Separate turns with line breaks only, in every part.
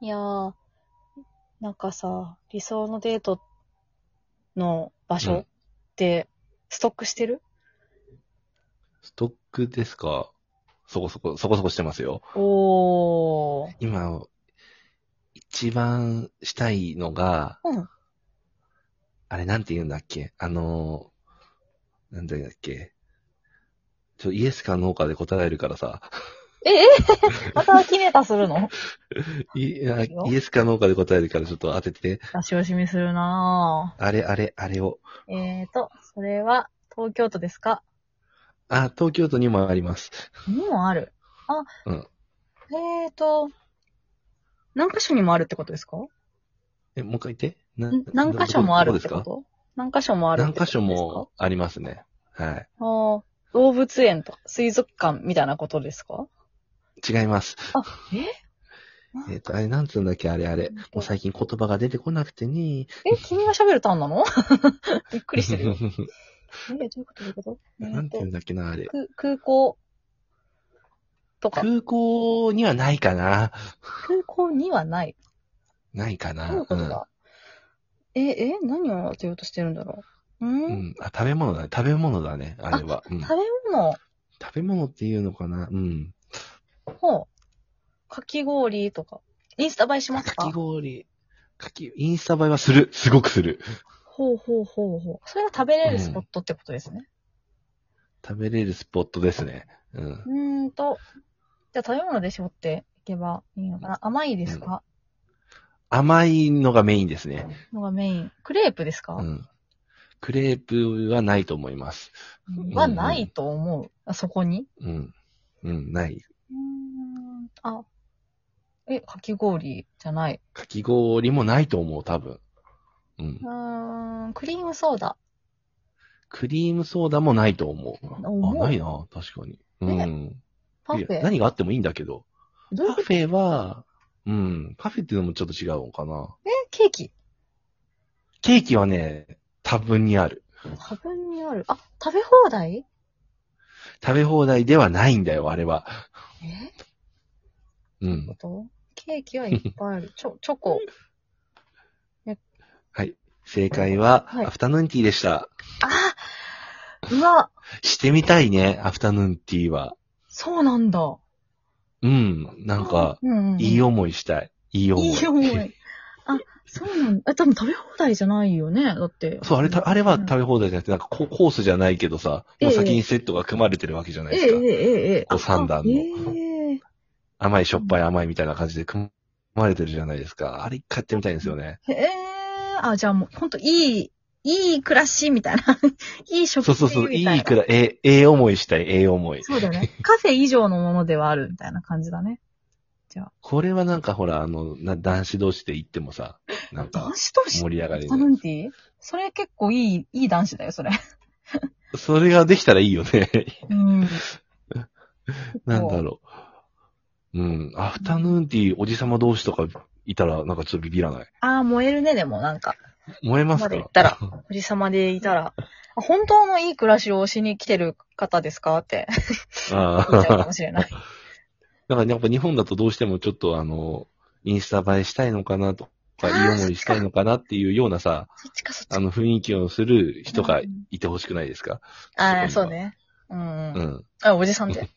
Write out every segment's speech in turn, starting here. いやー、なんかさ、理想のデートの場
う
所
ん
って、ストックしてる、
ストックですかそこそこ、そこそこしてますよ。
おー。
今、一番したいのが、
うん。
あれなんて言うんだっけあのー、なんだっけちょ、イエスかノーかで答えるからさ、
また決めたするの
いあ
いいよ
イエスかノーかで答えるからちょっと当てて、
出し惜しみするな
あれあれあれを。
ぁ。えーと、それは東京都ですか
あ、東京都にもあります。
にもある。あ、
うん
えーと、何箇所にもあるってことですか
え、もう一回言って。なん
何箇所もあるってこ
どこと
何箇所もある
ですか
って
何
こと
箇
ですか
所もありますね。はい。
あー動物園とか水族館みたいなことですか
違います。
え
えっ、と、あれ、なんつうんだっけ、あれあれ。もう最近言葉が出てこなくてね。
え、君が喋るターンなの びっくりして るよ。え、どういうことどういうことえ
なんて言う
ー
んだっけな、あれ
と。空空港とか、
空港にはないかな。
空港にはない。
ないか
どうい
な
う。こ
う
と
ん
だ、え、え、何を当てようとしてるんだろう、
うんん。あ、食べ物だね。食べ物だね、あれは。うん、
食べ物、
食べ物っていうのかな。うん。
ほう。かき氷とか。インスタ映えします
かき
か
氷。かき、インスタ映えはする。すごくする。
ほうほうほうほう。それが食べれるスポットってことですね。
食べれるスポットですね。うん。
うーんと。じゃあ食べ物で絞っていけばいいのかな。甘いですか、
甘いのがメインですね。
のがメイン。クレープですか、
うん。クレープはないと思います。ん
はないと思う。あそこに
うん。うん、ない。
うーん。あ。え、かき氷じゃない。
かき氷もないと思う、多分。うん
う。ーん、クリームソーダ。
クリームソーダもないと思
思う
う。あ、ないな、確かに。うん。
パフ
いや
ェ。
何があってもいいんだけど。
どういう
パ
こ
フ
と
ェは、うん、パフェっていうのもちょっと違うのかな。
え、ケーキ。
ケーキはね、多分にある。
多分にある。あ、食べ放題
食べ放題ではないんだよ、あれは。
えど
う
ういうんこ。とケーキはいっぱい ある。チョ、チョコ。
はい。正解は、
はい
アフタヌーンティーでし
あ
た。
うわ、
してみたいね、アフタヌーンティーは。
そうなんだ。
うん、なんか、
うんうんうん、
いい思いしたい。いい思い。
いい思い。あ、そうなんだ。え、多分食べ放題じゃないよね。だって。
そう、あれた、あれは
うん
食べ放題じゃなくて、なんかココースじゃないけどさ、
ええ
もう先にセットが組まれてるわけじゃない
ええ
ですか。
ええええ。
こう三段の
あええ
甘い、しょっぱい、甘いみたいな感じで組まれてるじゃないですか。あれ一回やってみたいんですよね。
へえ、あ、じゃあもう、ほんと、いい、いい暮らしみたいな。 いい食
そう
事
そう
みたいな。
そう、いいくらい、ええ、ええ思いしたい、ええ思い。
そうだよね。カフェ以上のものではあるみたいな感じだね。
これはなんかほら、あの、な男子同士で行ってもさ、なんか
男、子として
盛り上がり
タ
ね
ヌンティーそれ結構いい、いい男子だよ、それ。
それができたらいいよ ね。
うん。
なんだろう。うん、アフタヌーンティー、おじさま同士とかいたら、なんかちょっとビビらない。
あー燃えるね、でも、なんか。
燃えます
ま
か
で行ったら、おじさまでいたら。あ本当のいい暮らしをしに来てる方ですかって
あ
言っちゃう
あ
か。もしれ ない。
だからやっぱ日本だとどうしてもちょっとあの、インスタ映えしたいのかなと
あ
か、い
ー
い思いしたいのかなっていうようなさ、
そっちか、そっち
あ
か。
の雰囲気をする人が
うん
いてほしくないですか
あーそうね。うん。
う
うん、
ん。
あ、おじさんって。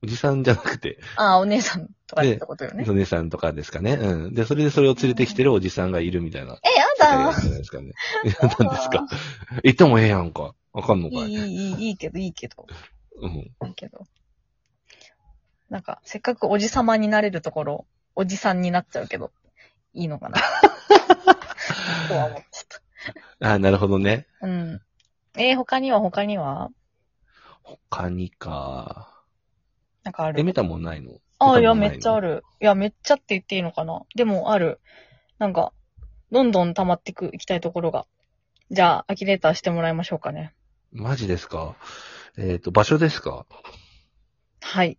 おじさんじゃなくて、
あーお姉さんとかってことよね。
お姉さんとかですかね。うん。で、それでそれを連れてきてるおじさんがいるみたいな。
え、
世界
や
なん
だ
じゃないですかね。なんですか行ってもええやんか。わかんの
い
かい
い、いい、いい、いいけど、いいけど、
うん。
いいけど。なんか、せっかくおじさまになれるところ、おじさんになっちゃうけど、いいのかな。とは思っちゃっ
あなるほどね。
た。うん。えー他には他には
他にか。
なんかあ
え、
る
メタもんないの
ああ、いや、
メタもんな
めっちゃあ
る。
る。いや、めっちゃって言っていいのかな。でも、ある。なんか、どんどん溜まってく、行きたいところが。じゃあ、アキレーターしてもらいましょうかね。
マジですかえっ、と、場所ですか
はい。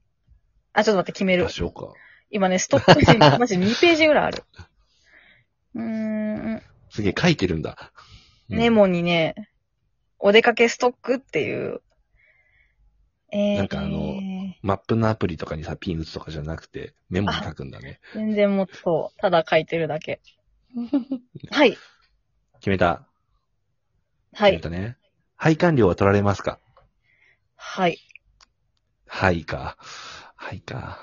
あ、ちょっと待って、決める
場。所か。
今ね、ストックして、マジ2ページぐらいある。うーん。
すげえ書いてるんだ。うん
メモにね、お出かけストックっていう。えー、
なんかあの
え
マップのアプリとかにさ、ピン打つとかじゃなくて、メモに書くんだね。
全然もっと、ただ書いてるだけ。 はい。
決めた。
は
決め
い。
たね。配管料は取られますか
はい。
はいか。はいか。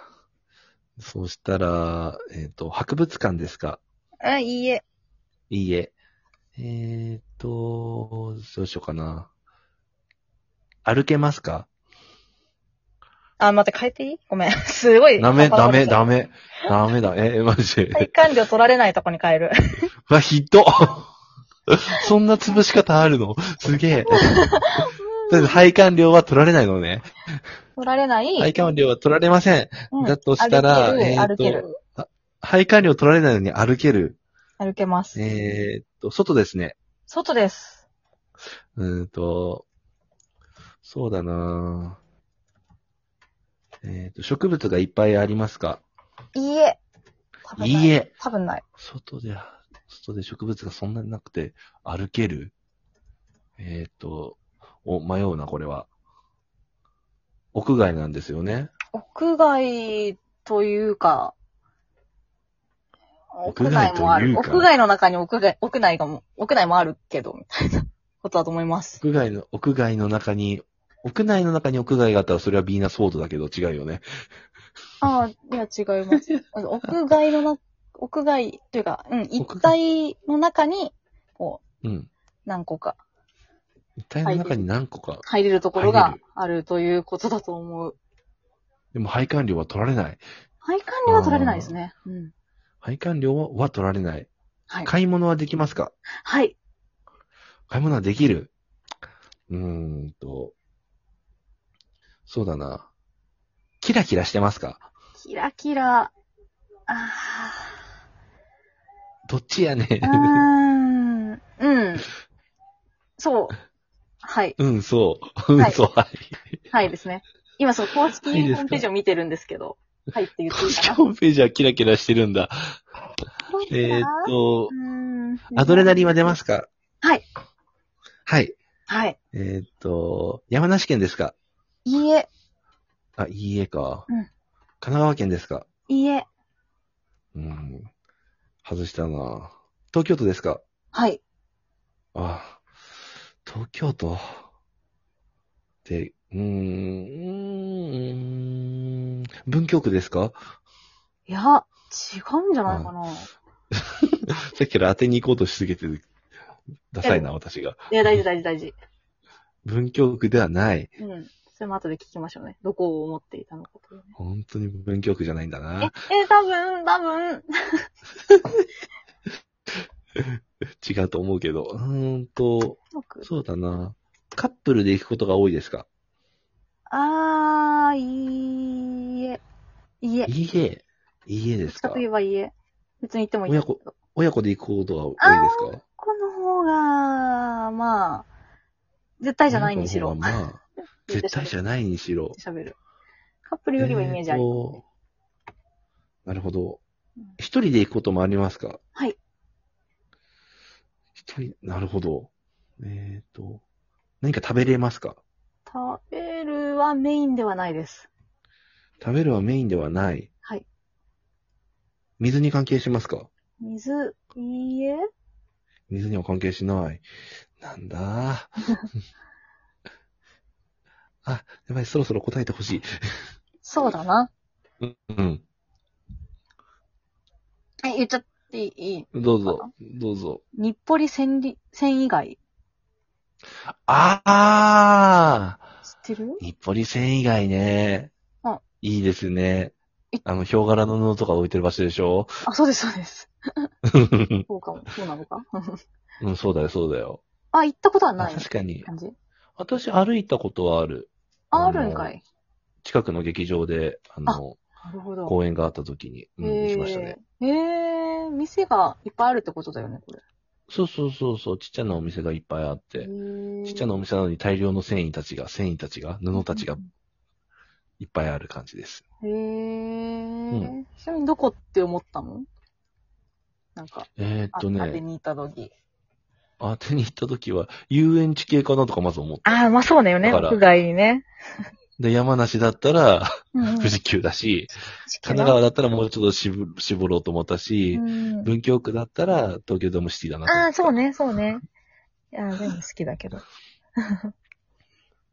そうしたら、えっ、と、博物館ですか
あ、いいえ。
いいえ。えっ、と、どうしようかな。歩けますか
あ、待って、変えていいごめん。 すごい。
ダメ、ダメ、
メ。
ダメ。ダメだ。え、えマジで。
体感料取られないとこに変える。
うわ、ひどっそんな潰し方あるのすげ え。だって配管料は取られないのね。
取られない。
配管料は取られません。
うん
だとしたら
歩ける、
えーと
歩ける。
配管料取られないのに歩ける。
歩けます。
えーっと、外ですね。
外です。
うーんと、そうだなえーっと、植物がいっぱいありますか
いいえ。多分ない
いい。え。
多分ない。
外で、外で植物がそんなになくて歩けるえーっと、お、迷うな、これは。屋外なんですよね。
屋外というか、
屋外というか
屋もある。屋外の中に屋外、屋内がも、屋内もあるけど、みたい なことだと思います。
屋外の、屋外の中に、屋内の中に屋外があったらそれはビーナスフォードだけど違うよね。
ああ、いや、違い ます。屋外のな、屋外というか、うん、一
屋
体の中に、こう、
うん。
何個か
一体の中に何個か。
入れるところ
入
が
れる
あるということだと思う。
でも配管料は取られない。
配管には取られないですね。うん。
配管料は取られない。
はい。
買い物はできますか
はい。
買い物はできるうーんと、そうだな。キラキラしてますか
キラキラ。あ
どっちやね
ー。うーん。うん。そう。はい。
うん、そう。う
は
ん、
い
そう、はい。
はいですね。今、そう、公式ホ
いいですか
ームページを見てるんですけど。はいって言って
公
いい
式
か
ホームページはキラキラしてるんだ。
な
えーっと
う、ーん
アドレナリンは出ますか
はい。
はい。
はい。
えーっと、山梨県ですか
いいえ、
あ、いいえか。
うん
神奈川県ですか
いいえ。
うん。外したな東京都ですか
はい。
あ、東京都って、うーん、うーん文京区ですか
いや、違うんじゃないかな。
さっきから当てに行こうとしすぎてる、ダサいな、私が。
いや、大事、大事、大事。
文京区ではない。
うん。それも後で聞きましょうね。どこを思っていたのかというね。
本当に文京区じゃないんだ
え、え
な。、
多分、多分。
違うと思うけど。うーんと、
僕
そうだな。カップルで行くことが多いですか
あー、いいえ。いいえ。
いいえ。いいえです
近
か
く言えばいいえ。別に行ってもいいんだ
親
けど
子。、親子で行くことが多いですか
この方が、まあ、絶対じゃないにしろ。
親子の方がまあ、絶対じゃないにしろ。
喋る。カップルよりはイメージありますね。
えーとなるほど
うん。
一人で行くこともありますか
はい。
一人、なるほど。えっ、と、何か食べれますか
食べるはメインではないです。
食べるはメインではない。
はい。
水に関係しますか
水、いいえ
水には関係しない。な んだ。あ、やばい、そろそろ答えてほしい。
そうだな。
うん。
え、言っちゃっていい
どうぞ、どうぞ。
日暮里線里線以外。
ああ
知ってる
日暮里線以外ね。
うん
いいですね
い。
あの、ヒョウ柄の布とか置いてる場所でしょ
あ、そうです、そうです。そうかも。そうなのか
うん、そうだよ、そうだよ。
あ、行ったことは
あ
ない
確かに。
感じ
私、歩いたことはある。
あ、あるんかい。
近くの劇場で、あの、
なるほど。
公演があった時に、うん、行きましたね。
へーへー店がいっぱいあるってことだよね、これ。
そうそうそうそう、ちっちゃなお店がいっぱいあって、ちっちゃなお
店
店なのに大量の繊維たちが、繊維たちが、布たちが。いっぱいある感じです。
へ
う
ー。ちなみにどこって思ったのなんか、
えーっ
あ
と
当て
ね、
に行った時。
当てに行った時は、遊園地系かなとかまず思った。
ああ、まあそうだよ
ねだから屋
外にね。
で、山梨だったら
うん うん
富士急だし、
地球
神
な
奈川だったらもうちょっと絞絞ろうと思ったし、
うん
文京区だったら東京ドームシティだなと思った
ああ、そうね、そうね。いや、全部好きだけど。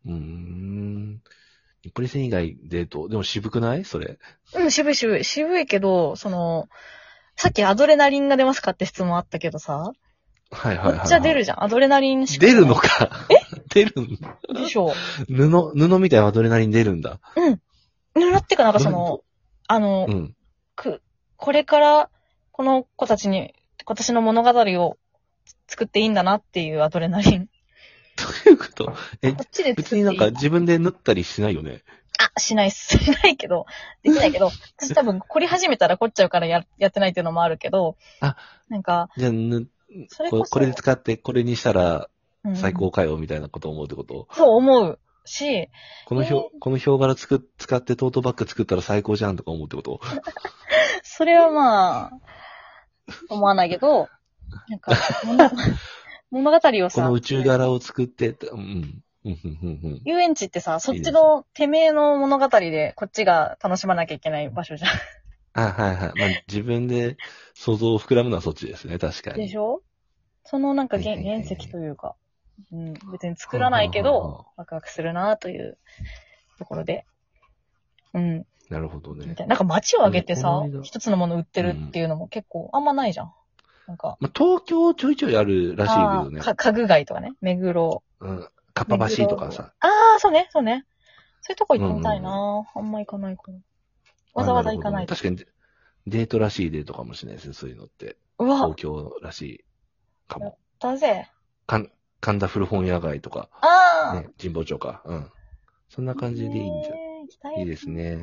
うーん。日暮里線以外デート。でも渋くないそれ。
うん、渋い渋い。渋いけど、その、さっきアドレナリンが出ますかって質問あったけどさ、
はいはいはい、
めっちゃ出るじゃん。アドレナリンしか
出るのか。 出るんだ。
でしょ
布、布みたいなアドレナリン出るんだ。
布ってかなんかそ
ど
の、あの、
うん。
く、これから、この子たちに、私の物語を作っていいんだなっていうアドレナリン。
ということ。え
こ、っちで作って
別
いい
になんか自分で縫ったりしないよね。
あ、しないっす。 しないけど、できないけど、私多分凝り始めたら凝っちゃうからややってないっていうのもあるけど、
あ、
なんか、
じゃあ、ぬ、
それ
こ
こそ
これで使って、これにしたら
うん
最高かよ、みたいなこと思うってこと。
そう思うし、
このひょ、このヒョウ柄つく、使ってトートバッグ作ったら最高じゃんとか思うってこと。
それはまあ、思わないけど、なんか、物物語を
こ
さ
の、宇宙柄を作って、うん。うん、うん、うん、うん。
遊園地ってさ、そっちのてめえの物語でこっちが楽しまなきゃいけない場所じゃ
あ、はいはい。まあ、自分で想像を膨らむのはそっちですね、確か
ん。で
に
し。ょそのなんか
は
原
いはいはい
原石というか、うん、別に作らないけ
はあはあは
ど、ワクワクするなというところで。うん。
なるほど
み
ね
た。いななんか街を挙げてさ
この、間
一つのもの売ってるっていうのも結構あんまないじゃん。なんか、
まあ、東京ちょいちょいあるらしい
あ
けどね
ー。か家具街とかね、目黒。
うん。かっぱ橋とかさ。
ああ、そうね、そうね。そういうとこ行ってみたいな、あんま行かないかな。わざわざ行かない
あ。るほどね確かに、デートらしいデートかもしれないですね、そういうのって。
うわ、
東京らしいかも。
だぜ。
かん神田古本屋街とか、
ああ、
ね、神保町か。うん。そんな感じでいいんじゃ
えー行きたい
いいですね。